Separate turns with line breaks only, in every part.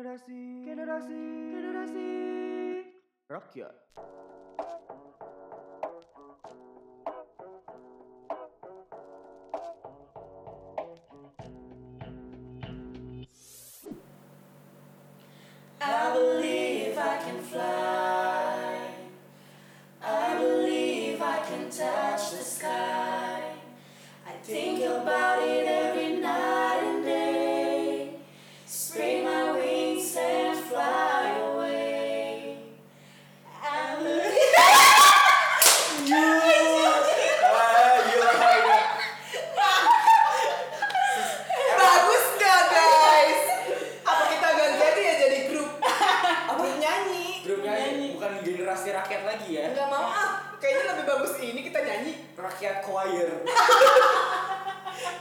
Generasi, generasi, generasi rakyat.
I believe I can fly. I believe I can touch the sky. I think about it every night and day. Spread my wings and fly away. I believe.
Bagus gak guys? Apa kita ganti aja ya jadi grup? Apa nyanyi?
Grup nyanyi bukan generasi rakyat lagi ya.
Gak mau ah, kayaknya lebih bagus ini kita nyanyi.
Rakyat choir.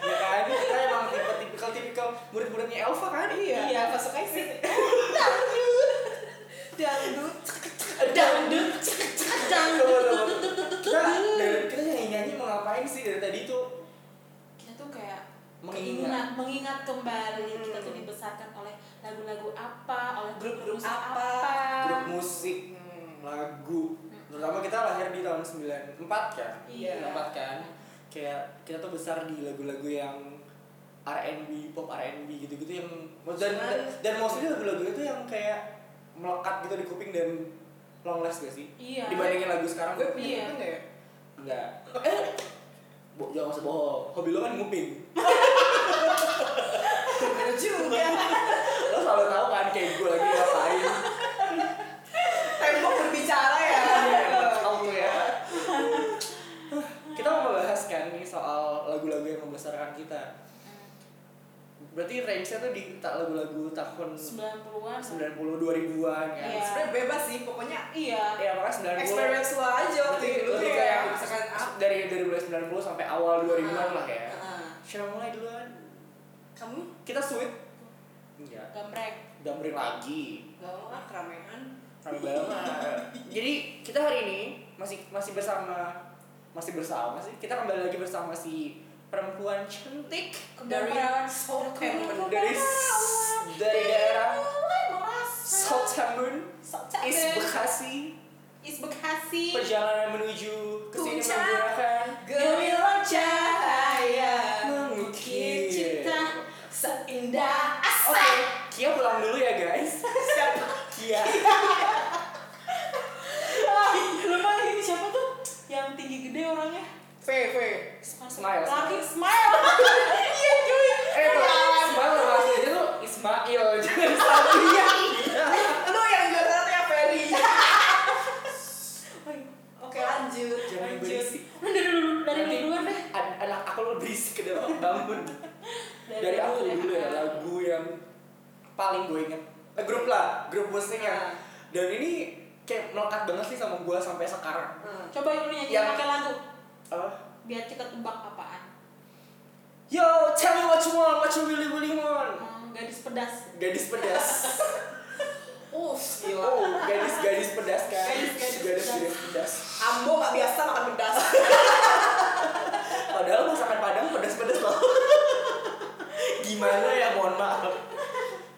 ya kan kita emang tipe tipikal tipikal murid-muridnya Elva kan iya.
Iya, masuk aja sih. Dangdut.
Dangdut,
Coba,
dangdut.
coba. Kita dari- kita nyanyi nyanyi mau ngapain sih dari tadi tuh?
Kita tuh kayak
Mengingat.
mengingat, mengingat kembali kita tuh
Hmm.
dibesarkan oleh lagu-lagu apa, oleh
Grup-grup
grup-grup
apa.
Grup
apa.
musik,
Hmm.
lagu. Terutama kita lahir di tahun 94 kan?
Iya.
94 kan? Kayak kita tuh besar di lagu-lagu yang R&B, pop R&B gitu-gitu yang dan dan, dan mostly lagu-lagu itu yang kayak melekat gitu di kuping dan long last gak sih?
Iya.
Dibandingin lagu sekarang gue
Iya.
Iya. Enggak ya?
enggak. Eh, bo jangan usah bohong. Hobi lo kan nguping.
Bener juga.
Lo selalu tahu kan kayak gue lagi ngapain.
Tembok berbicara ya.
Iya. Tahu tuh ya. Kita mau bahas kan nih soal lagu-lagu yang membesarkan kita. Berarti range-nya tuh di ta- lagu-lagu tahun
90-an.
90 2000-an kan.
Iya.
Sebenernya bebas sih, pokoknya
Iya.
Ya makanya 90
experience lo aja waktu
Lebih-
itu.
lebih
tuh
kayak
misalkan ah,
dari dari mulai 90 sampai awal 2000-an lah ya.
Heeh.
Siapa mulai duluan?
kamu
Kita sweet. Iya.
Gambreng.
Gambring lagi.
gak mau ah keramaian.
Rame banget. Jadi kita hari ini masih masih bersama masih bersama sih. Kita kembali lagi bersama si perempuan cantik dari Oh,
Dari
Oh, Southampton.
dari dari daerah Southampton, East
Southampton
Bekasi.
Is Bekasi
Perjalanan menuju ke sini
Puncak.
menggunakan
Gemilang cahaya Bukit
mengukir
cinta Seindah
Oke,
asa
Kia pulang dulu ya guys. Siapa? Kia.
Ah, Lupa ini siapa tuh? Yang tinggi gede orangnya
V, V.
Smile.
Laki smile Iya cuy
Eh, Ismail lo bahasnya aja tuh Ismail jangan Sabria.
Lu yang juara tuh ya Ferry.
Woi,
Oke lanjut.
Jangan
lanjut.
berisik.
Lu dari dulu dari
Nanti
duluan deh
An- anak aku lo berisik ke dalam bangun. Dari
lu
aku
deh.
dulu ya lagu yang paling gue inget. Eh, grup lah, grup musik
Ah.
ya. Dan ini kayak melekat banget sih sama gue sampai sekarang.
Hmm.
Coba lu nyanyi
Yang-
pakai lagu
Ah.
Eh,
Biar kita tebak apaan
Yo, tell me what you want, what you really really want.
Hmm, Gadis pedas
Gadis pedas.
Uff, gila.
Oh, gadis gadis pedas kan.
Gadis, gadis
gadis,
pedas.
gadis pedas.
Ambo gak biasa makan pedas.
Padahal masakan Padang pedas-pedas loh. Gimana ya, mohon maaf.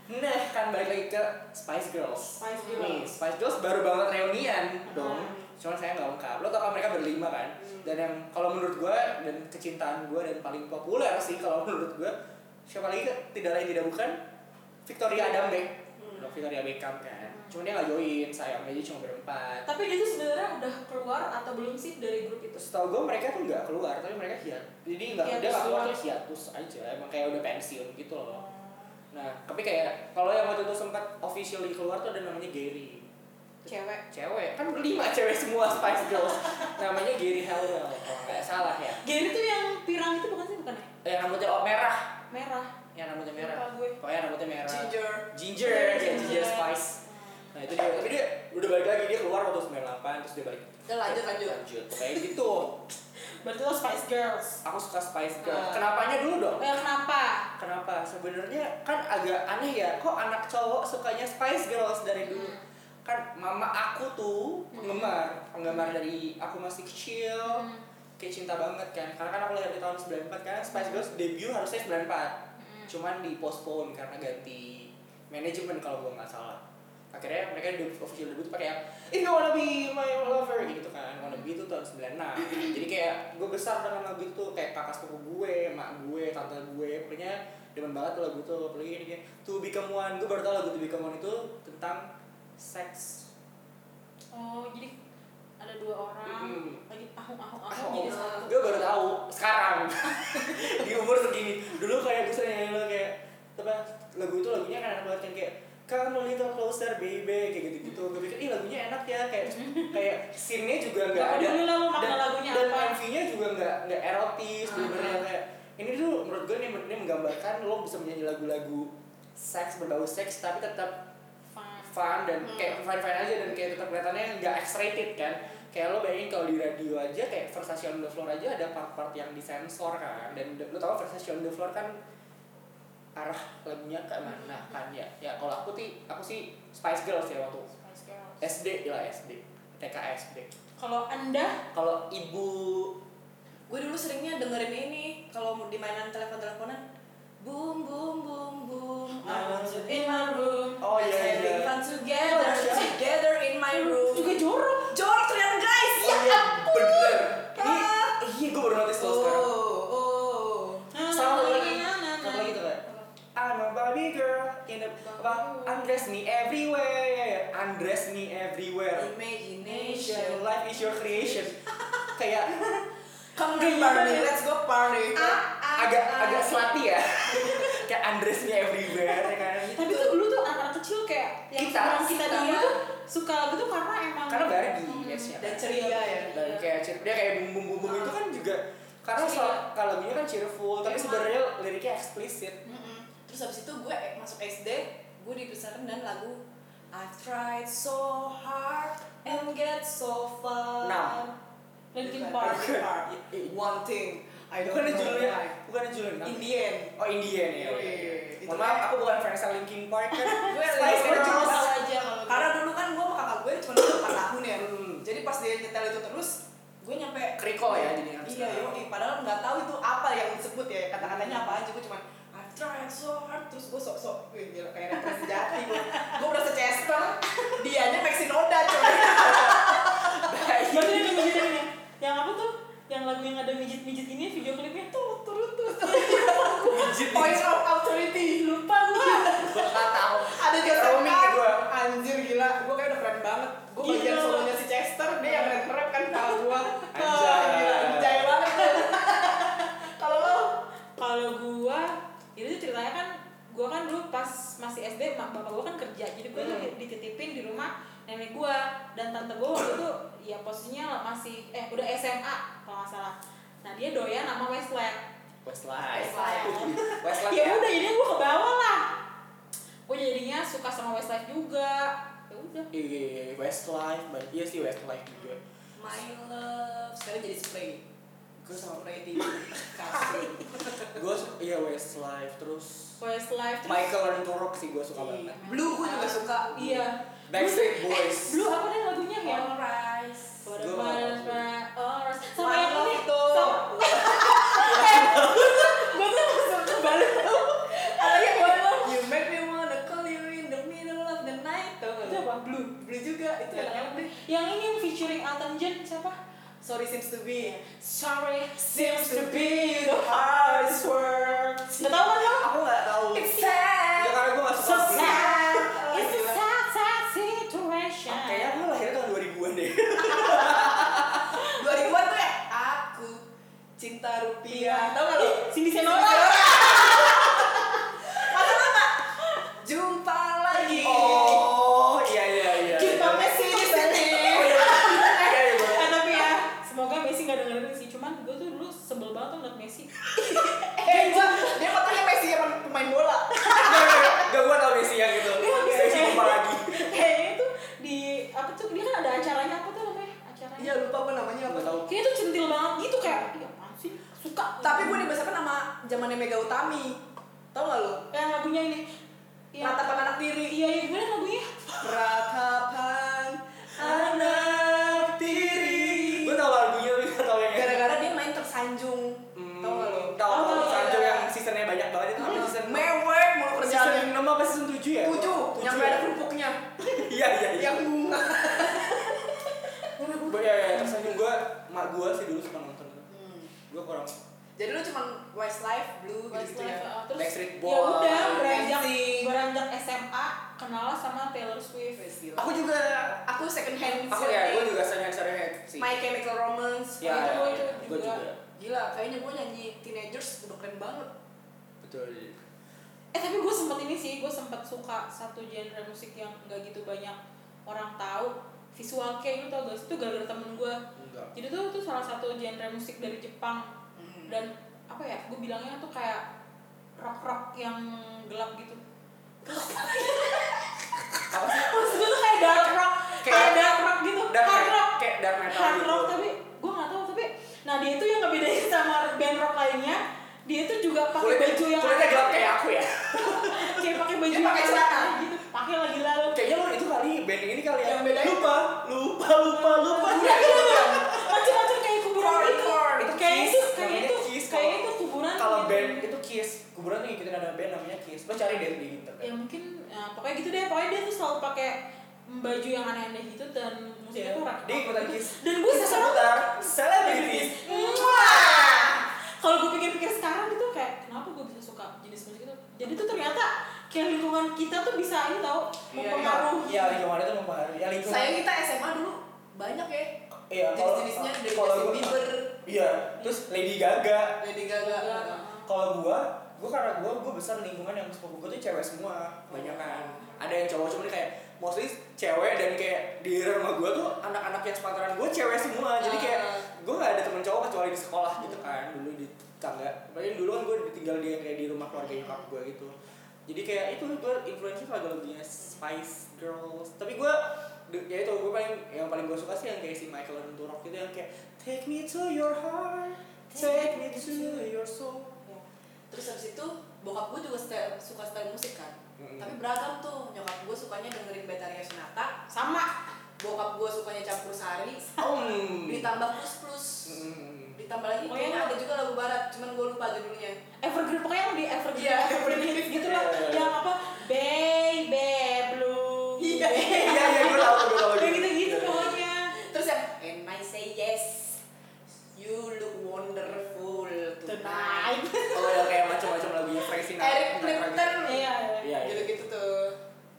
Nah, kan balik lagi ke Spice Girls.
Spice Girls.
Nih, Spice Girls baru banget reunian dong. Cuman saya nggak lengkap. Lo tau kan mereka berlima kan?
Hmm.
Dan yang kalau menurut gue dan kecintaan gue dan paling populer sih kalau menurut gue siapa lagi ke- tidak lain tidak bukan Victoria Adam Beck.
Hmm.
Lo Victoria Beckham kan. Cuman dia nggak join, sayang aja cuma berempat.
Tapi dia tuh sebenarnya udah keluar atau belum sih dari grup itu?
setahu gue mereka tuh nggak keluar tapi mereka hiat jadi nggak dia
Hiatus
nggak keluar
doang.
dia hiatus aja emang kayak udah pensiun gitu loh nah tapi kayak kalau yang waktu itu sempat officially keluar tuh ada namanya Gary
Cewek.
cewek kan berlima cewek semua Spice Girls namanya Gary Howell kalau nggak salah ya
Gary tuh yang pirang itu bukan sih bukan ya?
eh, yang rambutnya oh, merah
Merah.
yang rambutnya merah
Lupa gue.
pokoknya rambutnya
Iya.
merah
Ginger.
ginger
Iya,
ya,
ginger.
ginger Spice nah itu dia tapi dia udah balik lagi dia keluar waktu 98 terus dia balik
Udah lanjut lanjut.
lanjut kayak gitu
Berarti lo Spice Girls.
aku suka Spice Girls
Ah.
kenapanya dulu dong
Eh, kenapa?
Kenapa? Sebenarnya kan agak aneh ya, kok anak cowok sukanya Spice Girls dari dulu.
Hmm.
Kan mama aku tuh penggemar, penggemar dari aku masih kecil.
Hmm.
Kayak cinta banget kan. Karena kan aku lahir di tahun 94 kan Spice Girls debut harusnya 94. Cuman di postpone karena ganti manajemen kalau gue nggak salah akhirnya mereka debut official debut pakai yang if you wanna be my lover gitu kan wanna be itu tahun 96 jadi kayak gue besar dengan lagu itu kayak kakak sepupu gue mak gue tante gue pokoknya demen banget tuh lagu itu apalagi ini kayak to become one gue baru tau lagu to become one itu tentang seks
Oh, jadi ada dua orang
Mm.
lagi ahung ahung ahung
Oh,
jadi satu.
gue baru tahu sekarang di umur segini dulu kayak gue sering nyanyi lagu kayak apa lagu itu lagunya kan enak banget yang kayak Come a little closer baby kayak gitu gitu gue pikir ih lagunya enak ya kayak kayak scene-nya juga nggak ada
Gak peduli Mm-hmm. lah lo makna
dan,
lagunya
dan
apa.
MV-nya juga nggak nggak erotis
Ah.
bener-bener yang kayak ini tuh menurut gue ini, ini menggambarkan lo bisa menyanyi lagu-lagu seks berbau seks tapi tetap
Fun.
fun dan
Hmm.
kayak fine fine aja dan kayak tetap kelihatannya nggak X-rated kan kayak lo bayangin kalau di radio aja kayak Versace on the floor aja ada part-part yang disensor kan dan lo tau Versace on the floor kan arah lagunya ke mana kan ya ya kalau aku sih aku sih Spice Girls ya waktu
Spice Girls.
SD ya SD TK SD
Kalau anda
kalau ibu
Gue dulu seringnya dengerin ini kalau di mainan telepon-teleponan. Boom boom boom boom. I want you in my room.
Nah, Oh, iya,
Let's
iya.
having fun together, together in my room. Oh,
juga jorok.
jorok ternyata guys.
iya bener ini
Ya Ah.
iya gue baru notice lo
Oh,
sekarang
oh.
Nah,
Sama lagi.
Nah,
Sama
Sama gitu, lagi tuh, Kak. I'm a Barbie girl in the apa undress me everywhere undress me everywhere
Imagination.
life is your creation kayak
Come Ah. to party, let's go party.
Ah,
agak agak selati ya kayak undress me everywhere ya kan
Tapi tuh dulu tuh anak-anak kecil kayak yang
Kita,
sekarang kita
kita.
dulu tuh suka lagu tuh karena emang
karena Barbie
Hmm.
biasanya
Dan ceria ya.
dan kayak cheer- dia kayak bumbu bumbu itu kan juga karena
Ceria.
soal kalau lagunya kan cheerful
Iya.
tapi sebenarnya liriknya eksplisit
Mm-mm.
Terus habis itu gue eh, masuk SD, gue dipesanin dan lagu I've tried so hard and get so far. Nah,
Enam.
Linkin
Bukan,
Park.
Linkin Park. One thing I don't
bukan
know
judulnya
why.
bukan judulnya
In the end.
Oh Indian
Iya,
ya.
iya, iya.
Mohon maaf, aku bukan fans Linkin Park kan.
Gue
Spice
Leo
Girls.
Rose.
Tahu aja kalau
Karena dulu kan gue sama kakak gue cuma 8 tahun ya.
Hmm.
Jadi pas dia nyetel itu terus, gue nyampe
Kerikol ya jadinya.
Iya, yoi. Padahal nggak tahu itu apa yang disebut ya
Hmm.
kata-katanya apa aja. Gue cuma I've tried so hard terus gue sok-sok gue gila kayak referensi jatuh gue gue berasa Chester dianya Maxinoda coy
Berarti
Iya.
ada mijit ini. Yang apa tuh? Yang lagu yang ada mijit-mijit ini video klipnya tuh turun tuh.
Mijit
point of authority
Lupa gua.
Gak tau.
ada dia
Roaming
kan
kedua.
anjir gila gue kayak udah keren banget gue
Gila.
bagian solonya si Chester dia yang rap rap kan kalau gue
Anjay.
anjay banget tuh. kalau lo
Kalau gua itu tuh ceritanya kan gua kan dulu pas masih SD mak bapak gua kan kerja. Jadi gua tuh
Hmm.
dititipin di rumah nenek gua dan tante gua waktu itu ya posisinya masih eh udah SMA kalau nggak salah. Nah, dia doyan sama Westlife.
Westlife.
Westlife.
Westlife
ya
Iya. ya.
udah jadi gue ke bawah lah gue jadinya suka sama Westlife juga ya udah
Iya, iya, iya, Westlife. But- Iya sih Westlife juga.
my love sekarang jadi spray
Gue sama
spray di kasur
gue suka iya Westlife terus
Westlife terus
Michael Rentorok sih gue suka banget.
blue gue juga suka Iya,
iya
Backstreet
Blue-
Boys.
eh, blue apa deh lagunya ya
Sunrise
Pada
Gua-
pada- oh, sama
My
yang
love
ini
itu.
gue tuh langsung kebalik tau
Apalagi One Love. Oh, iya, You make me wanna call you in the middle of the night Tau gak
Itu apa? Iya,
Blue Blue juga Itu
Yang
enak deh
ini- yang ini yang featuring Elton John siapa
Sorry seems to
Iya.
be
sorry
Seems to be the hardest word
Gak tau kan lo
Aku gak tau.
It's
Ya
sad
karena gue gak
so
suka sih.
sad ya.
Oh,
it's a
gila.
sad sad situation
Kayaknya aku lahirnya tahun 2000-an deh.
2000 tuh ya Aku Cinta rupiah Tau gak lo?
Iya. Cindy Senora
Masa apa? Jumpa lagi
Oh, iya, iya, iya.
Jumpa
iya.
Messi di sini.
Iya, iya, gua-
Eh, tapi ya semoga Messi nggak dengerin sih cuman gue tuh dulu sebel banget tuh ngeliat Messi
Eh gua Dia fotonya Messi yang pemain bola
Gak gue tau Messi yang itu. Messi lupa lagi.
kayaknya tuh di apa tuh dia kan ada acaranya apa tuh namanya acaranya
Iya lupa gue namanya apa
Gak tau.
kayaknya tuh centil banget gitu kayak iya apaan sih suka
Tapi gue dibesarkan sama zamannya Mega Utami. Tau gak lo?
yang lagunya ini
Iya.
Yang-
Ratapan anak tiri.
iya iya gue liat lagunya
Ratapan anak tiri.
Gue tau lagunya, tapi gak tau yang
Gara-gara dia main tersanjung. Tau gak lo?
Tau
Tau,
tau
tau.
Sanjo yang seasonnya banyak banget itu apa
Terus
season
mewek mulu kerjaannya.
Season 6 apa season 7 ya?
Tujuh
Iya. kakak gue sih dulu suka nonton itu
Hmm.
gue kurang
Jadi lu cuman Westlife, Blue gitu
Westlife,
ya.
oh.
uh, terus
Backstreet
ya udah
Boys,
beranjak
NSYNC.
beranjak SMA kenal sama Taylor Swift
Wes, gila.
aku juga
Aku second hand.
aku ya gue juga sering sering sih
My Chemical Romance.
ya,
itu
ya,
itu
ya. gue
juga.
juga
Gila, kayaknya gue nyanyi Teenagers udah keren banget.
betul
eh tapi gue sempet ini sih gue sempet suka satu genre musik yang nggak gitu banyak orang tahu visual kayak gitu tau gak sih itu gara-gara temen gue
enggak
jadi tuh tuh salah satu genre musik dari Jepang
Mm-hmm.
dan apa ya gue bilangnya tuh kayak rock rock yang gelap gitu
apa sih
terus gue tuh kayak dark rock kayak
Kayak-
dark rock gitu
dark
hard rock
kayak dark metal
hard
gitu
rock tapi gue nggak tahu tapi nah dia itu yang ngebedain sama band rock lainnya dia itu juga pakai
kulitnya
baju yang
kulitnya gelap kayak aku ya
kayak pakai baju
Dia pakai
yang
celana.
gitu pakai lagi lalu
kayaknya lu itu kali band ini kali ya
Yang beda itu. Iya,
lupa lupa lupa lupa
macam-macam kayak kuburan gitu
Hardcore. Iya, Itu
kayak
Kiss.
itu kayak
Namanya
itu
Kiss.
kayak
Kalau-
itu
Iya.
kuburan
kalau
gitu.
band itu Kiss kuburan tuh ngikutin ada band namanya Kiss lo cari deh di
ya
internet
mungkin ya, pokoknya gitu deh pokoknya dia tuh selalu pakai baju yang aneh-aneh gitu dan musiknya tuh rock
Iya. dia ikutan Kiss
dan gue
Kiss
sekarang gitu.
seputar selebritis
kalau gue pikir-pikir sekarang itu kayak kenapa gue bisa suka jenis musik itu jadi tuh ternyata kayak lingkungan kita tuh bisa ini tau mempengaruhi
ya lingkungan itu mempengaruhi ya lingkungan
Saya kita SMA dulu banyak ya.
iya kalau
Jenis-jenisnya dari
kalau
Justin
gua-
Bieber,
iya terus Lady Gaga
Lady Gaga.
kalau gua gua karena gua gua besar di lingkungan yang sepupu gua tuh cewek semua banyak kan? ada yang cowok cuman kayak mostly cewek dan kayak di rumah gua tuh anak-anak yang sepantaran gua cewek semua jadi kayak gua nggak ada temen cowok kecuali di sekolah gitu kan dulu di tangga paling dulu kan gua ditinggal di kayak di rumah keluarga nyokap gua gitu jadi kayak itu gua influence lagu-lagunya Spice Girls tapi gua de- ya itu gua paling yang paling gua suka sih yang kayak si Michael and Turok gitu yang kayak Take me to your heart Take me to your soul
Terus habis itu bokap gue juga style- suka style musik kan.
Mm-mm.
Tapi beragam tuh. Nyokap gue sukanya dengerin Betaria Sonata,
sama
bokap gue sukanya campur sari,
Om.
ditambah plus plus.
Hmm.
Ditambah lagi
Oh,
kayaknya
iya.
ada juga lagu barat, cuman gue lupa judulnya.
evergreen pokoknya yang di evergreen
Iya,
evergreen hits gitu lah
Iya, iya.
yang apa baby blue
Iya.
Iya iya gue tahu gue tahu. Iya,
kayak gitu-gitu pokoknya
Terus yang And I say yes You look wonderful tonight
tonight
Kalau yang iya. Oh, kayak macam-macam lagunya Fresh nah, Sinatra.
Eric Clapton
iya iya.
Iya iya.
Gitu-gitu tuh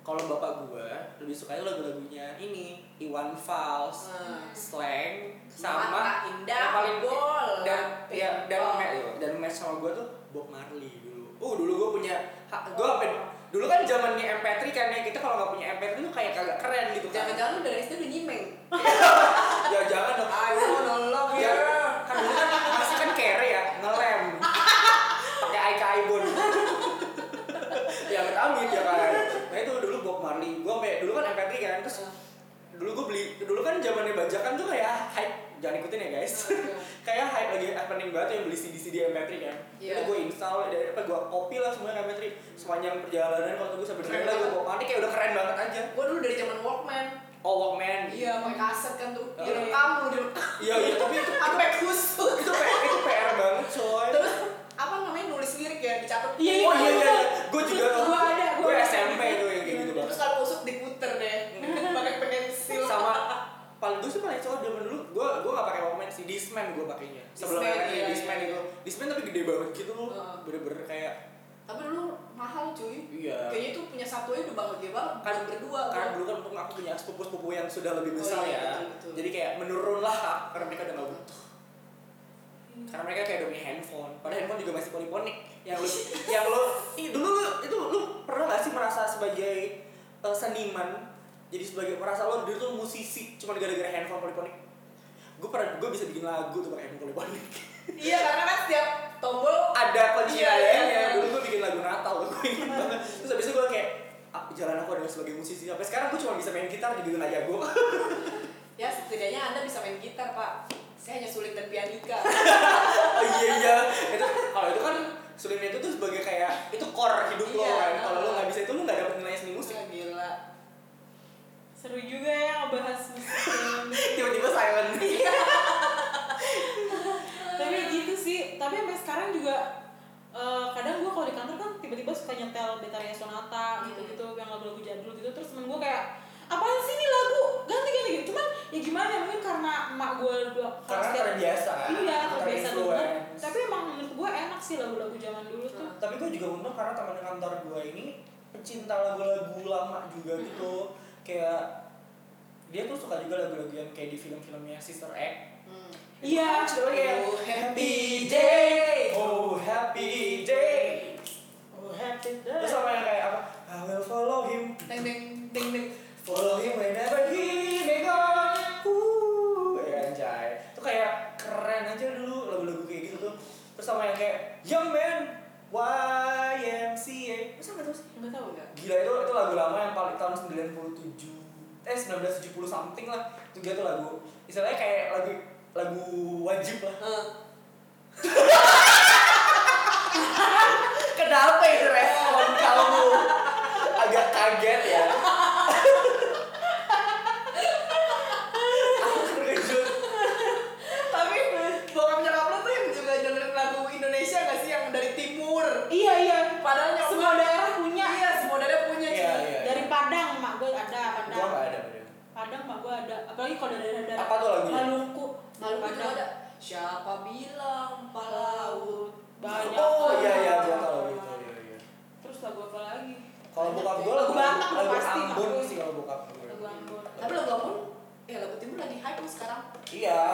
Kalau bapak gue lebih sukanya lagu-lagunya ini Iwan Fals,
Hmm.
Slang,
Mata
sama
Indah
yang paling
Bol
dan ya dan
Bol.
match dan match sama gue tuh Bob Marley dulu. Oh dulu gue punya gue apa? Dulu kan zamannya MP3 kan ya kita kalau nggak punya MP3 tuh kayak kagak keren gitu kan.
Jangan-jangan lu dari SD udah nyimeng
Ya jangan dong.
I wanna love
Ya, kan dulu kan masih kan kere ya, ngelem. Pakai Aika Ibon. ya amit amit ya kan. Nah itu dulu Bob Marley. Gua sampai dulu kan MP3 kan, terus dulu gue beli dulu kan zamannya bajakan tuh kayak hype jangan ikutin ya guys
Oh,
kayak hype lagi happening banget yang beli CD CD MP3 kan
Iya.
itu gue install dari apa gue copy lah semuanya MP3 sepanjang perjalanan waktu gue sampai dengerin lagu Bob Marley kayak udah keren banget aja
Gue dulu dari zaman Walkman
oh Walkman
Iya pakai kaset kan tuh
Iya.
Direkam lu direkam
iya iya tapi itu
Sampai kusut
itu PR, itu PR banget coy
Terus apa namanya nulis lirik ya dicatat
Iya,
Oh iya iya,
bener.
gue juga tuh.
Gua ada, gua
Gua
ada.
SMP tuh yang kayak gitu banget.
Terus kalau kusut diputer deh Pakai pensil
Sama paling gue sih paling cowok zaman dulu, gue gue gak pakai Walkman sih, Discman gue pakainya. Sebelum
Discman,
Walkman
iya,
Discman
iya.
itu, Discman tapi gede banget gitu loh,
Heeh.
bener-bener kayak
Tapi dulu mahal cuy
iya.
Kayaknya tuh punya satu aja udah bahagia banget
Kan
Buat berdua
Karena dulu kan untung aku punya sepupu-sepupu yang sudah lebih
Oh,
besar
iya,
ya,
betul, betul.
jadi kayak menurun lah Kak, karena mereka udah gak butuh.
Hmm.
Karena mereka kayak udah punya handphone, padahal handphone juga masih poliponik. Yang lu, yang lu, ih, dulu lu, itu lu pernah gak sih merasa sebagai eh, seniman? Jadi sebagai merasa lo dulu tuh musisi, cuma gara-gara handphone poliponik. Gue pernah, gue bisa bikin lagu tuh pakai handphone poliponik.
Iya karena kan setiap tombol
ada
Iya,
kunci rayanya
iya, iya.
dulu gue bikin lagu Natal gue inget banget terus abis itu gue kayak ah, jalan aku adalah sebagai musisi sampai sekarang gue cuma bisa main gitar di dunia jago
ya setidaknya anda bisa main gitar pak. Saya hanya suling dan pianika.
oh iya iya itu kalau itu kan sulitnya itu tuh sebagai kayak itu core hidup lo
Iya.
kan kalau lo nggak bisa itu lo nggak dapet nilai seni musik
Wah, gila.
seru juga ya ngebahas musik dan-
tiba-tiba silent
tapi gitu sih tapi sampai sekarang juga eh, kadang gue kalau di kantor kan tiba-tiba suka nyetel Betaria Sonata gitu-gitu
Hmm.
yang lagu-lagu jadul gitu terus temen gue kayak apaan sih ini lagu ganti ganti gitu cuman ya gimana mungkin karena emak gue dua
Karena kan.
setiap-
terbiasa Iya,
Iya,
Nah, tapi gue juga untung karena teman kantor gue ini pecinta lagu-lagu lama juga gitu kayak dia tuh suka juga lagu-lagu yang kayak di film-filmnya Sister Act
Hmm.
Iya.
coba kayak
Oh,
Happy Day Oh Happy Day
Oh, happy day.
terus sama yang kayak apa I will follow him
Ding ding ding ding.
Follow him whenever he may go. Wuh, ya anjay. Itu kayak keren aja dulu lagu-lagu kayak gitu tuh. Terus sama yang kayak Young Man YMCA. Terus apa terus?
Nggak tahu nggak?
Gila itu itu lagu lama yang paling tahun 97 eh 1970 something lah. Itu dia tuh lagu. Istilahnya kayak lagu lagu wajib lah. Kenapa itu respon kamu? Agak kaget ya. Aku terkejut.
Tapi bokap nyokap lo tuh yang juga dengerin lagu Indonesia gak sih yang dari timur?
Iya iya.
Padahal nyokap
Semua
gua-
daerah punya.
Iya, semua daerah punya.
Iya,
cuy.
iya.
Dari Padang mak gue ada
Gua
Padang.
nggak ada bener.
Padang mak gue ada. Apalagi kalau dari daerah
Apa tuh lagunya?
Maluku.
Maluku juga
Padang.
ada. Siapa bilang pelaut?
Banyak.
Oh iya iya gua tahu itu. Iya iya.
Terus lagu apa lagi?
Kalau bokap gue lagu
Batak
lagu
pasti,
Ambon
Pak.
sih kalau bokap gue.
Lagu Ambon.
Tapi lagu Ambon, ya lagu timur lagi hype tuh sekarang.
Iya,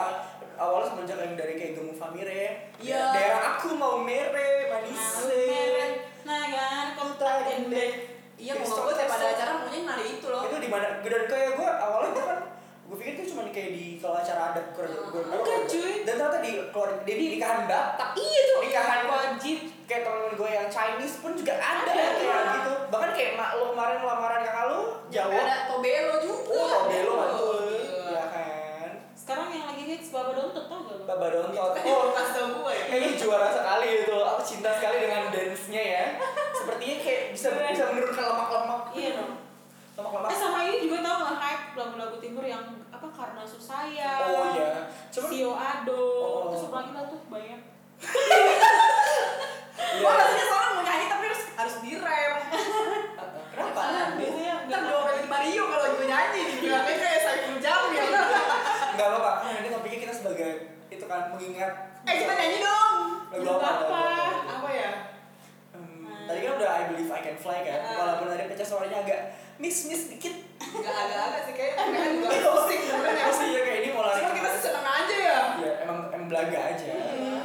awalnya semenjak yang dari kayak Gemu Famire.
Iya.
Daerah aku mau mere, manis.
Meren, nagan, kontak, endek.
Iya,
Kayak
bokap gue tiap ada
stop-stop.
acara maunya nari itu loh.
itu di mana dan kayak gue awalnya gue kan gue pikir tuh cuma kayak di kalau acara adat gue gue
Enggak, cuy.
dan ternyata di keluar di, di nikahan Batak
Iya tuh.
nikahan
Wajib.
kayak teman gue yang Chinese pun juga ada,
Ada,
kayak
iya.
gitu bahkan kayak mak lo kemarin lamaran kakak lo Jawa
Ada Tobelo juga.
oh belo betul
Iya.
ya kan
Sekarang yang lagi hits Baba Dontot tau gak? lo?
Baba Dontot
Kan
oh
oh, pas tau gue ya.
kayaknya juara sekali itu aku cinta sekali dengan dance-nya ya sepertinya kayak bisa bisa menurunkan lemak-lemak
Iya dong.
lemak-lemak
Eh sama ini juga tau nggak hype lagu-lagu timur yang apa karena susah ya.
oh iya cuman
Sio Ado.
Oh.
Terus apa lagi lah tuh banyak.
Iya.
Gue rasanya seorang mau nyanyi tapi harus harus direm.
Kenapa?
Karena biasanya
Iya,
Ntar
nggak
gue pengen Mario kalau gue nyanyi, bilangnya kayak Saiful Jamil.
Enggak apa-apa. Karena ini topiknya kita sebagai itu kan mengingat.
Eh, coba nyanyi dong.
Lagu
Nggak
apa?
apa-apa.
lagu apa?
Apa ya?
Hmm, Tadi kan udah I Believe I Can Fly kan.
Ah.
Walaupun tadi pecah suaranya agak miss-miss dikit.
Gak agak-agak sih, kayaknya mereka juga pusing sebenernya.
Terus iya kayak ini mau lari.
Cuma kita sih seneng aja ya.
Iya, emang emang belaga aja. Mm-hmm.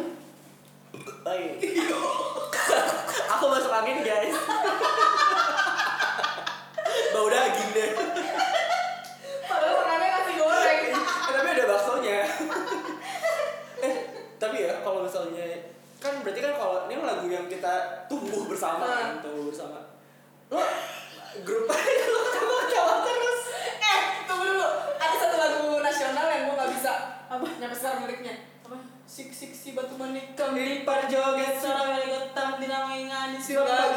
Oh iya. Aku masuk angin, guys. Bau daging deh.
Padahal senangnya nasi goreng.
Eh, tapi ada baksonya. eh, tapi ya kalau misalnya kan berarti kan kalau ini lagu yang kita tumbuh bersama
Nah.
kan, tumbuh bersama. Lo grup lo kamu ketawa terus.
Eh, tunggu dulu. Ada satu lagu nasional yang gue gak bisa
Apa?
nyampe sekarang liriknya. Apa? Sik sik si batu manik
Kami parjoget
Suara dari Gotham dinamo ingan di
siapa jela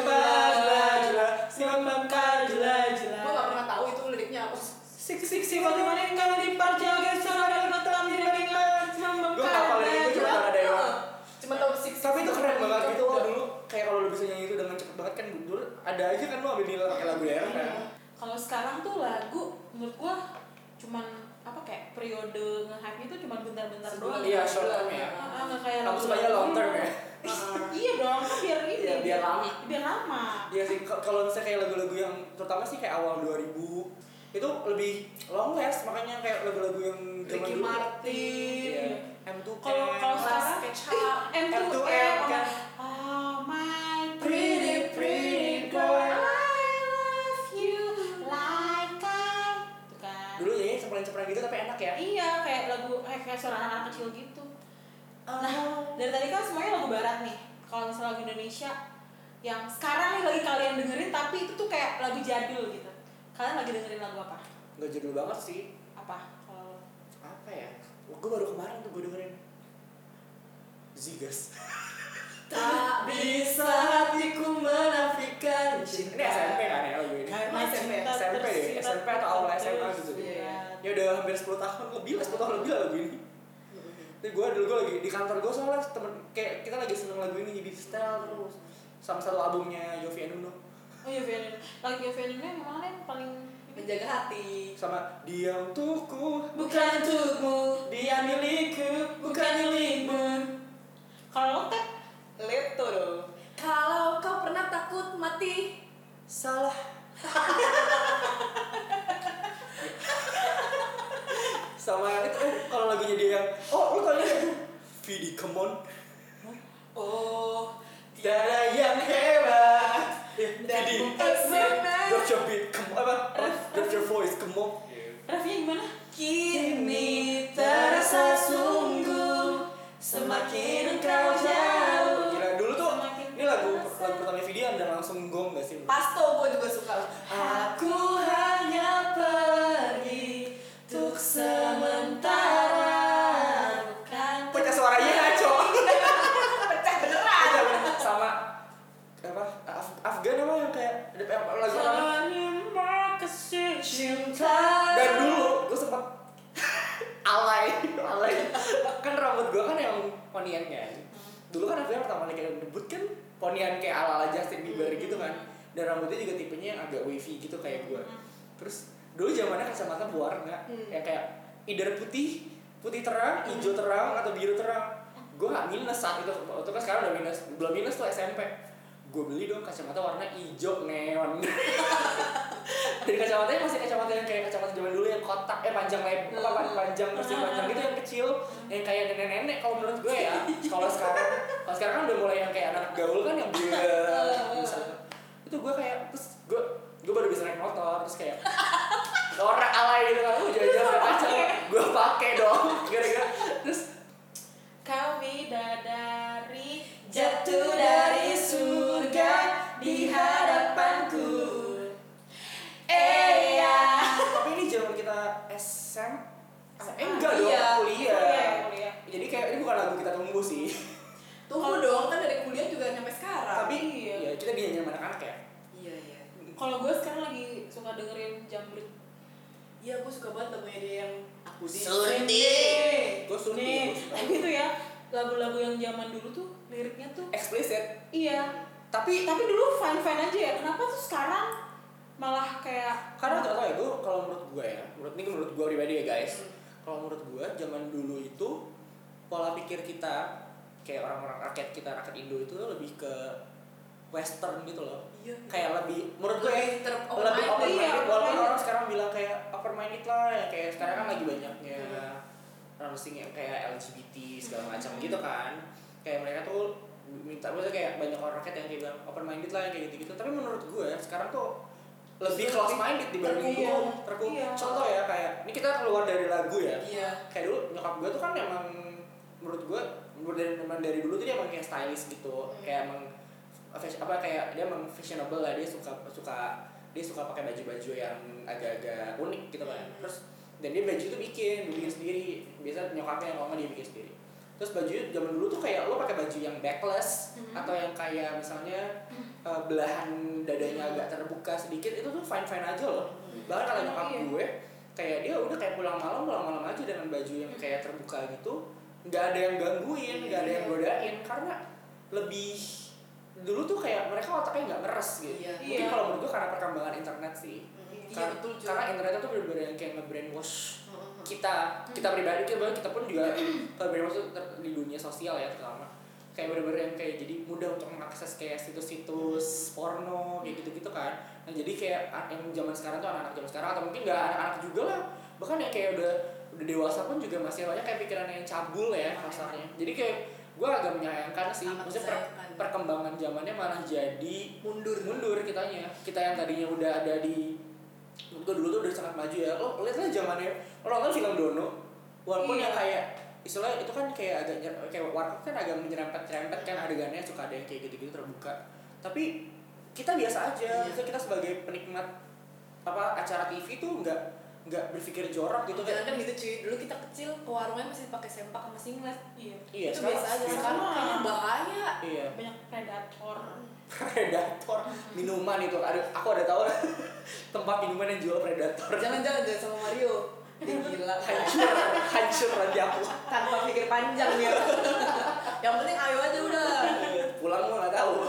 siapa jela jela.
Gue gak pernah tahu itu liriknya apa.
Sik sik sik
Siapa
mana?
temenin kalau di parjaga Suara dari Gotham dinamo ingan
Gue hafalin itu cuma karena ada yang
Cuma tau sik sik.
tapi itu keren banget gitu loh dulu kayak kalau lu bisa nyanyi itu dengan cepet banget kan dulu ada aja kan lu ambil nilai pakai lagu daerah kan
Kalau sekarang tuh lagu menurut gua cuman apa kayak periode nge-hype itu cuman bentar-bentar doang.
Iya, short term ya.
Ah, ah, nggak kayak
kamu
lagu-
semuanya long term ya
ah.
Iya dong, kan biar ini.
Iya, biar lama.
Biar lama.
Iya sih, ke- kalau misalnya kayak lagu-lagu yang terutama sih kayak awal 2000 itu lebih long last makanya kayak lagu-lagu yang zaman
Ricky
dulu.
Martin.
Iya. M2K.
Kalau kalau
Kelas
sekarang eh,
kecap.
ih, M2M,
M2M,
sama,
kan.
Oh my pretty pretty girl, I love you like I. Itu kan.
dulu nyanyi cepelan-cepelan gitu tapi enak ya.
Iya, kayak lagu eh, kayak suara anak kecil gitu.
Oh.
Nah, dari tadi kan semuanya lagu barat nih. Kalau misalnya lagu Indonesia yang sekarang nih lagi kalian dengerin tapi itu tuh kayak lagu jadul gitu. Kalian lagi dengerin lagu apa?
Gak jadul banget sih.
Apa? Kalau
Apa ya? Wah, gue baru kemarin tuh gue dengerin Zigas.
Tak bisa hatiku menafikan cinta.
Ini SMP kan ya lagu ini.
Karena SMP.
cinta Iya.
SMP ya?
tersirat
SMP atau awal
terus
SMA gitu deh.
berat.
Ya udah hampir 10 tahun lebih lah, 10 tahun lebih lah lagu ini. Tapi gue dulu gue lagi di kantor gue soalnya temen kayak kita lagi seneng lagu ini jadi setel terus sama satu albumnya Yofi and Nuno
Oh iya Violin. Lagu Violinnya yang mana yang kan paling
Menjaga hati.
sama dia untukku
Bukan untukmu,
dia milikku
bukan milikmu. Kalau lo Teh?
Leto dong. Kalau
pernah takut mati
Salah. Sama yang itu eh, kalau lagunya dia yang oh lu tau ini nggak? Vidi come on.
Oh,
Tiada yang hebat.
Dan
Vidi.
sempurna.
Drop your beat, come on. Apa? apa? Drop your voice, come on.
Refnya gimana?
Kini terasa sungguh Semakin engkau jauh
Gila dulu tuh
Semakin
ini lagu
terasa.
lagu pertama Vidi yang udah langsung gong gak sih?
Pasto gue juga suka loh.
Aku hanya pergi Untuk sementara Bukan
Pecah suaranya ngaco.
Pecah beneran.
Pecah bener. Sama apa? Af- Afgan apa yang kayak ada yang lagu apa?
Terima kasih
cinta
dan dulu gue sempet alay alay kan rambut gue kan yang ponian kan dulu kan Avian pertama kali kayak debut kan ponian kayak ala ala Justin Bieber gitu kan dan rambutnya juga tipenya yang agak wavy gitu kayak gue terus dulu zamannya kacamata berwarna
Hmm.
yang kayak either putih putih terang hijau terang atau biru terang gue gak minus saat itu itu kan sekarang udah minus belum minus tuh SMP gue beli dong kacamata warna hijau neon dari kacamatanya masih kacamata yang kayak kacamata zaman dulu yang kotak eh panjang
Hmm.
lebar apa pan- panjang persegi panjang gitu yang kecil yang kayak nenek-nenek kalau menurut gue ya kalau sekarang kalau sekarang kan udah mulai yang kayak anak gaul kan yang
Iya.
bulat misalnya itu gue kayak terus gue gue baru bisa naik motor terus kayak orang alay gitu kan gue jalan-jalan aja gue pakai dong gara-gara terus
Kami dari
Jatuh dari surga di hadapanku Eh ya
iya.
tapi ini zaman kita SM eh, enggak dong
Iya,
kuliah
kuliah.
jadi kayak ini bukan lagu kita tunggu sih
Tunggu dong, kan dari kuliah juga nyampe sekarang.
tapi ya kita bisa nyaman anak-anak ya
Iya iya.
Kalau gue sekarang lagi suka dengerin Jambrit
Iya, gue suka banget lagunya dia yang aku di
Surti. Eh, Gua Surti,
Nih,
gua suka.
Gitu ya Lagu-lagu yang zaman dulu tuh liriknya tuh
eksplisit
Iya
tapi
Tapi dulu fine-fine aja ya Kenapa tuh sekarang malah kayak
karena gak tau ya gue kalau menurut gue ya menurut ini menurut gue pribadi ya guys kalau menurut gue zaman dulu itu pola pikir kita kayak orang-orang rakyat kita rakyat Indo itu lebih ke western gitu loh
Iya.
kayak lebih menurut gue ya,
Lebih ter- Oh,
lebih
open-minded.
open
Iya,
minded walaupun
open-minded.
orang sekarang bilang kayak open minded lah ya kayak sekarang kan lagi banyaknya
Hmm.
rousing yang kayak LGBT segala macam gitu kan kayak mereka tuh minta maksudnya kayak banyak orang rakyat yang kayak bilang open minded lah yang kayak gitu gitu tapi menurut gue sekarang tuh lebih close minded dibanding
Iya.
gue terku
Iya.
contoh ya kayak ini kita keluar dari lagu ya
Iya.
kayak dulu nyokap gue tuh kan emang menurut gue menurut dari, emang dari dulu tuh dia emang kayak stylish gitu kayak emang fashion, apa kayak dia emang fashionable lah dia suka suka dia suka pakai baju-baju yang agak-agak unik gitu kan terus dan dia baju tuh bikin bikin sendiri biasa nyokapnya yang kalau nggak dia bikin sendiri terus baju zaman dulu tuh kayak lo pakai baju yang backless atau yang kayak misalnya eh, belahan dadanya agak terbuka sedikit itu tuh fine fine aja loh bahkan kalau nyokap
Iya.
gue kayak dia udah kayak pulang malam pulang malam aja dengan baju yang kayak terbuka gitu nggak ada yang gangguin nggak ada yang
Iya.
godain karena lebih dulu tuh kayak mereka otaknya nggak ngeres gitu
Iya.
mungkin
Iya.
kalau menurut gue karena perkembangan internet sih
Iya
Kar-
betul juga.
karena internet tuh bener-bener yang kayak nge-brainwash
Mm-mm.
kita kita pribadi kita bahkan kita pun juga kalau brainwash tuh ter- di dunia sosial ya terutama kayak bener-bener yang kayak jadi mudah untuk mengakses kayak situs-situs porno kayak gitu-gitu kan nah jadi kayak a- yang zaman sekarang tuh anak-anak zaman sekarang atau mungkin nggak anak-anak juga lah bahkan ya kayak udah udah dewasa pun juga masih banyak kayak pikiran yang cabul ya kasarnya jadi kayak gue agak menyayangkan sih
Amat
maksudnya per-
disayangkan.
perkembangan zamannya malah jadi
mundur.
mundur kitanya kita yang tadinya udah ada di menurut gua dulu tuh udah sangat maju ya lo lihatlah zamannya lo nonton film Dono walaupun
Iya.
yang kayak istilahnya itu kan kayak agak nyer- kayak warkop kan agak menyerempet nyerempet kan adegannya suka ada yang kayak gitu gitu terbuka tapi kita biasa aja
Iya.
Maksudnya kita sebagai penikmat apa acara TV tuh nggak nggak berpikir jorok gitu
Jangan
kan
kan gitu cuy, dulu kita kecil ke warungnya masih pakai sempak sama singlet
Iya
iya
Itu
sekarang-
biasa aja, sekarang kayaknya bahaya
iya
banyak predator
predator minuman itu ada aku ada tahu tempat minuman yang jual predator
Jangan-jangan jangan sama Mario Dia gila
hancur hancur nanti aku
Tanpa pikir panjang dia Yang penting ayo aja udah
pulang mau nggak tahu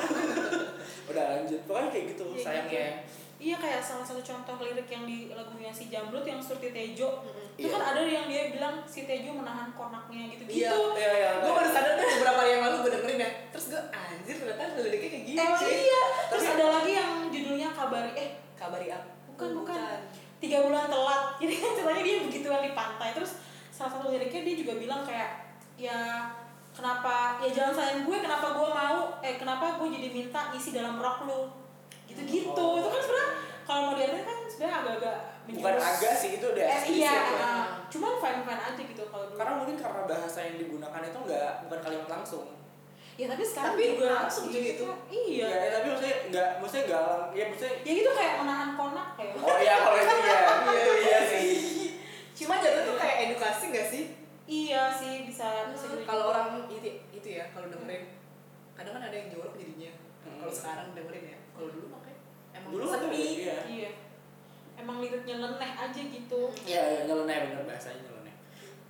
udah lanjut pokoknya kayak gitu
Iya,
sayangnya
gitu. Iya kayak salah satu contoh lirik yang di lagunya si Jamrut yang Surti Tejo. Itu
Iya.
kan ada yang dia bilang si Tejo menahan gitu. konaknya gitu-gitu.
Iya,
iya, iya.
gue baru sadar tuh beberapa hari yang lalu gue dengerin ya terus gue anjir ternyata liriknya kayak gini
Emang
cuy.
iya. Terus ada lagi yang judulnya Kabari eh
kabari aku
bukan bukan tiga bulan telat jadi kan ceritanya dia begituan di pantai terus salah satu liriknya dia juga bilang kayak ya kenapa ya jangan sayang gue kenapa gue mau eh kenapa gue jadi minta isi dalam rok lu gitu gitu
Oh.
itu kan sebenarnya kalau mau diartikan kan sebenarnya agak-agak
bukan
menjurus.
agak sih itu udah
eh, iya
eksplisit ya.
ah. cuman fine fine aja gitu kalau dulu
karena mungkin karena bahasa yang digunakan itu nggak bukan kalimat langsung
ya tapi sekarang
Tapi
juga
langsung jadi itu.
iya
ya, tapi maksudnya nggak maksudnya nggak lang- ya maksudnya
ya gitu kayak menahan konak kayak
oh iya kalau itu ya iya iya sih
cuma jatuh tuh kayak edukasi gak sih
iya sih bisa bisa jadi
Hmm, kalau orang itu itu ya kalau dengerin kadang kan ada yang jorok jadinya
Hmm.
kalau sekarang dengerin ya kalau dulu makanya emang
dulu kan
sepi
iya
iya emang liriknya leneh aja gitu
iya iya, nyeleneh bener bahasanya nyeleneh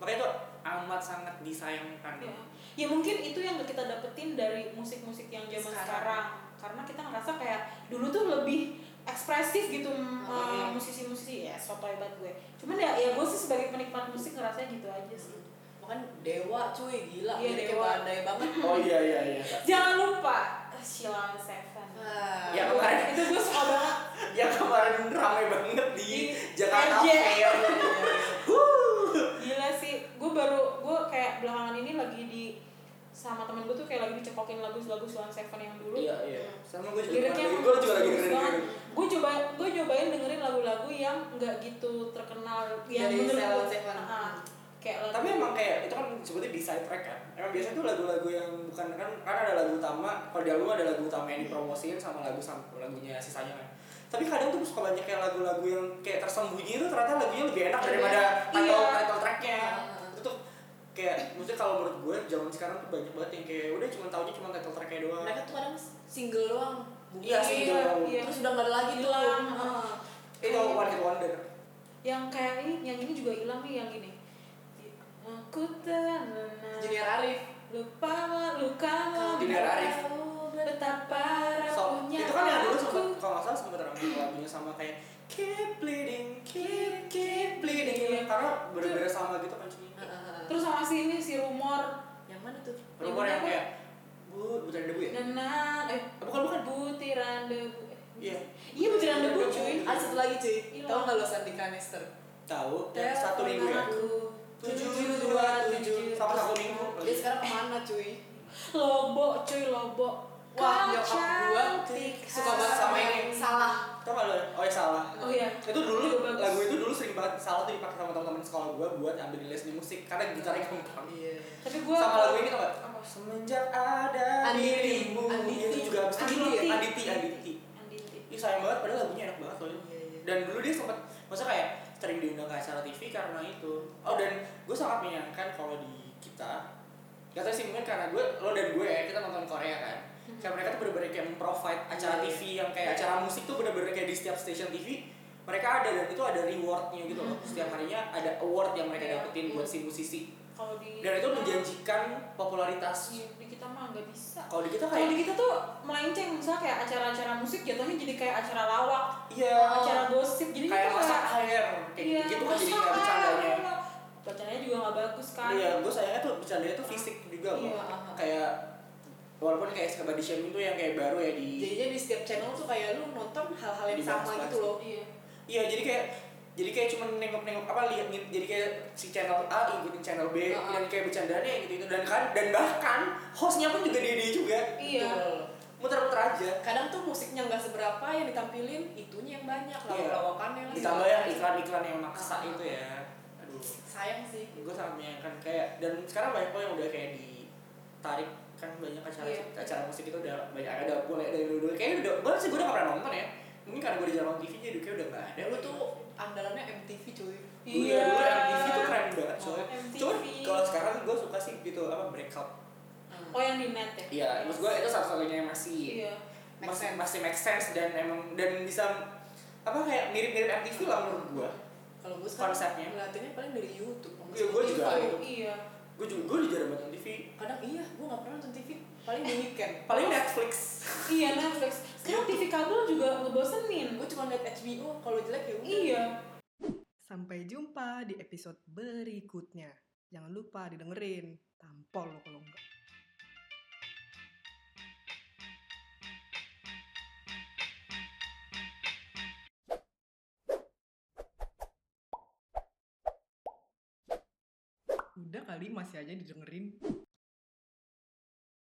makanya itu amat sangat disayangkan
Iya.
Ya. ya mungkin itu yang kita dapetin dari musik-musik yang zaman
Sekarang.
sekarang. karena kita ngerasa kayak dulu tuh lebih ekspresif gitu m-
Hmm.
eh, musisi-musisi ya soto hebat gue cuman ya ya gue sih sebagai penikmat musik ngerasanya gitu aja sih
bukan dewa cuy gila
Iya,
liriknya
Dewa.
pandai banget
oh iya iya iya
jangan lupa eh, Sheila on the Seven
Wah.
Ya, kemarin.
itu gue suka banget
yang kemarin rame banget di
Di
Jakarta
RJ.
Fair
gila sih gue baru gue kayak belakangan ini lagi di sama temen gue tuh kayak lagi dicekokin lagu-lagu Sheila on the Seven yang dulu
iya iya sama gue juga
liriknya
gue juga lagi dengerin gitu.
gue coba gue cobain dengerin lagu-lagu yang nggak gitu terkenal yang
Dari
menurut
Sheila on
gua-
Iya, Seven.
Ah, kayak lagu
tapi emang kayak itu kan sebutnya di side track kan emang biasanya tuh lagu-lagu yang bukan kan kan ada lagu utama kalau di album ada lagu utama yang dipromosiin sama lagu sama lagunya sisanya kan tapi kadang tuh suka banyak kayak lagu-lagu yang kayak tersembunyi itu ternyata lagunya lebih enak
Lebih
daripada
enak,
title
iya.
title tracknya
Ah.
itu tuh kayak maksudnya kalau menurut gue zaman sekarang tuh banyak banget yang kayak udah cuma taunya cuma title tracknya doang
Nah,
mereka tuh kadang single doang booking,
Iya, single.
Iya.
terus udah nggak ada lagi tuh
Hilang.
gitu.
Ah.
itu
iya.
one hit wonder
yang kayak ini yang ini juga hilang nih yang ini aku tenang
Junior Arif
lupa ma- luka ma-
Junior Arif.
betapa
so,
rapuhnya
itu kan yang dulu
aku.
sempat kalau nggak salah sempat rame lagunya sama kayak keep bleeding keep keep bleeding
Iya.
karena bener-bener sama gitu kan cuy
Ah, ah, ah.
terus sama si ini si rumor
yang mana tuh
Iya,
Perempuan yang kayak bu bukan debu ya
nenan eh
bukan bukan
butiran debu eh,
iya
iya butiran debu cuy
ada satu lagi cuy
Hilang.
tau nggak lo Sandy Kanister
tahu yang satu minggu ya tujuh dua tujuh sama satu minggu
dia sekarang kemana cuy
lobo cuy lobo
Wah,
Kau
nyokap gua
cantik
suka banget sama
hati.
yang salah.
tau nggak lo oh ya salah
oh iya
itu dulu
Itu bagus.
lagu itu dulu sering banget salah tuh dipakai sama teman-teman sekolah gua buat ambil les di musik karena gitarnya gampang
Iya.
tapi gua
sama lagu ini tau nggak
Apa?
semenjak ada
Anditi.
dirimu
Anditi.
itu juga abis itu
Anditi.
Anditi Anditi Anditi
Anditi.
Ih sayang banget padahal lagunya enak banget loh
Iya, iya.
dan dulu dia sempat masa kayak sering diundang ke acara TV karena itu oh dan gue sangat menyayangkan kalau di kita kata sih mungkin karena gue lo dan gue ya kita nonton Korea kan
Hmm.
kayak mereka tuh bener-bener kayak memprovide acara
Iya, iya.
TV yang kayak acara musik tuh bener-bener kayak di setiap stasiun TV mereka ada dan itu ada rewardnya gitu loh setiap harinya ada award yang mereka
Hmm. Iya.
dapetin buat si musisi
kalau di
dan itu menjanjikan popularitas
Iya, di kita mah nggak bisa
kalau di kita
kalau
kayak
di kita tuh melenceng misalnya kayak acara-acara musik jatuhnya jadi kayak acara lawak
iya
acara gosip jadi gitu,
kayak
kita
masak air kayak
iya,
gitu kan jadi kayak
masak air.
bercandanya
Bercandanya juga nggak bagus kan
Iya, gue sayangnya tuh bercandanya tuh fisik juga loh.
Iya.
Kayak walaupun kayak suka body shaming tuh yang kayak baru ya di.
Jadinya di setiap channel tuh kayak lu nonton hal-hal yang
Dibahas
sama
banget.
gitu loh.
Iya.
Iya, jadi kayak jadi kayak cuman nengok-nengok apa lihat ngin- jadi kayak si channel A ngikutin channel
Heeh.
B dan kayak bercandanya gitu itu dan kan dan bahkan hostnya pun juga dia dia juga
Iya.
Betul.
muter-muter aja
Kadang tuh musiknya nggak seberapa yang ditampilin itunya yang banyak
Iya.
lawak-lawakannya lah.
ditambah yang iklan-iklan yang maksa
Heeh.
itu ya aduh
Sayang sih.
gue sangat menyayangkan kan kayak dan sekarang banyak kok yang udah kayak ditarik kan banyak acara
Iya.
acara musik itu udah banyak ada mulai dari dulu kayaknya udah gue sih gue udah gak pernah nonton ya mungkin karena gue di jalan TV jadi kayak udah gak ada gitu.
Dulu tuh andalannya MTV cuy.
Iya. Dulu MTV tuh keren banget soalnya.
MTV.
Cuman kalau sekarang gue suka sih gitu apa breakup. Hmm.
Oh yang di net ya?
Iya, maksud gue itu satu-satunya yang masih
Iya.
Make
masih
sense.
masih make sense dan emang dan bisa apa kayak mirip-mirip MTV lah menurut gue.
Kalau gue sekarang
Konsepnya.
ngeliatinnya paling dari YouTube. sama
Iya, gue juga.
Spotify.
Iya.
gue juga gue jarang nonton TV
kadang iya gue nggak pernah nonton TV paling di weekend
paling Netflix
iya Netflix sekarang TV kabel juga ngebosenin
gue cuma liat HBO kalau jelek ya udah
iya
Sampai jumpa di episode berikutnya. Jangan lupa didengerin. Tampol lo kalau enggak. Udah kali masih aja didengerin.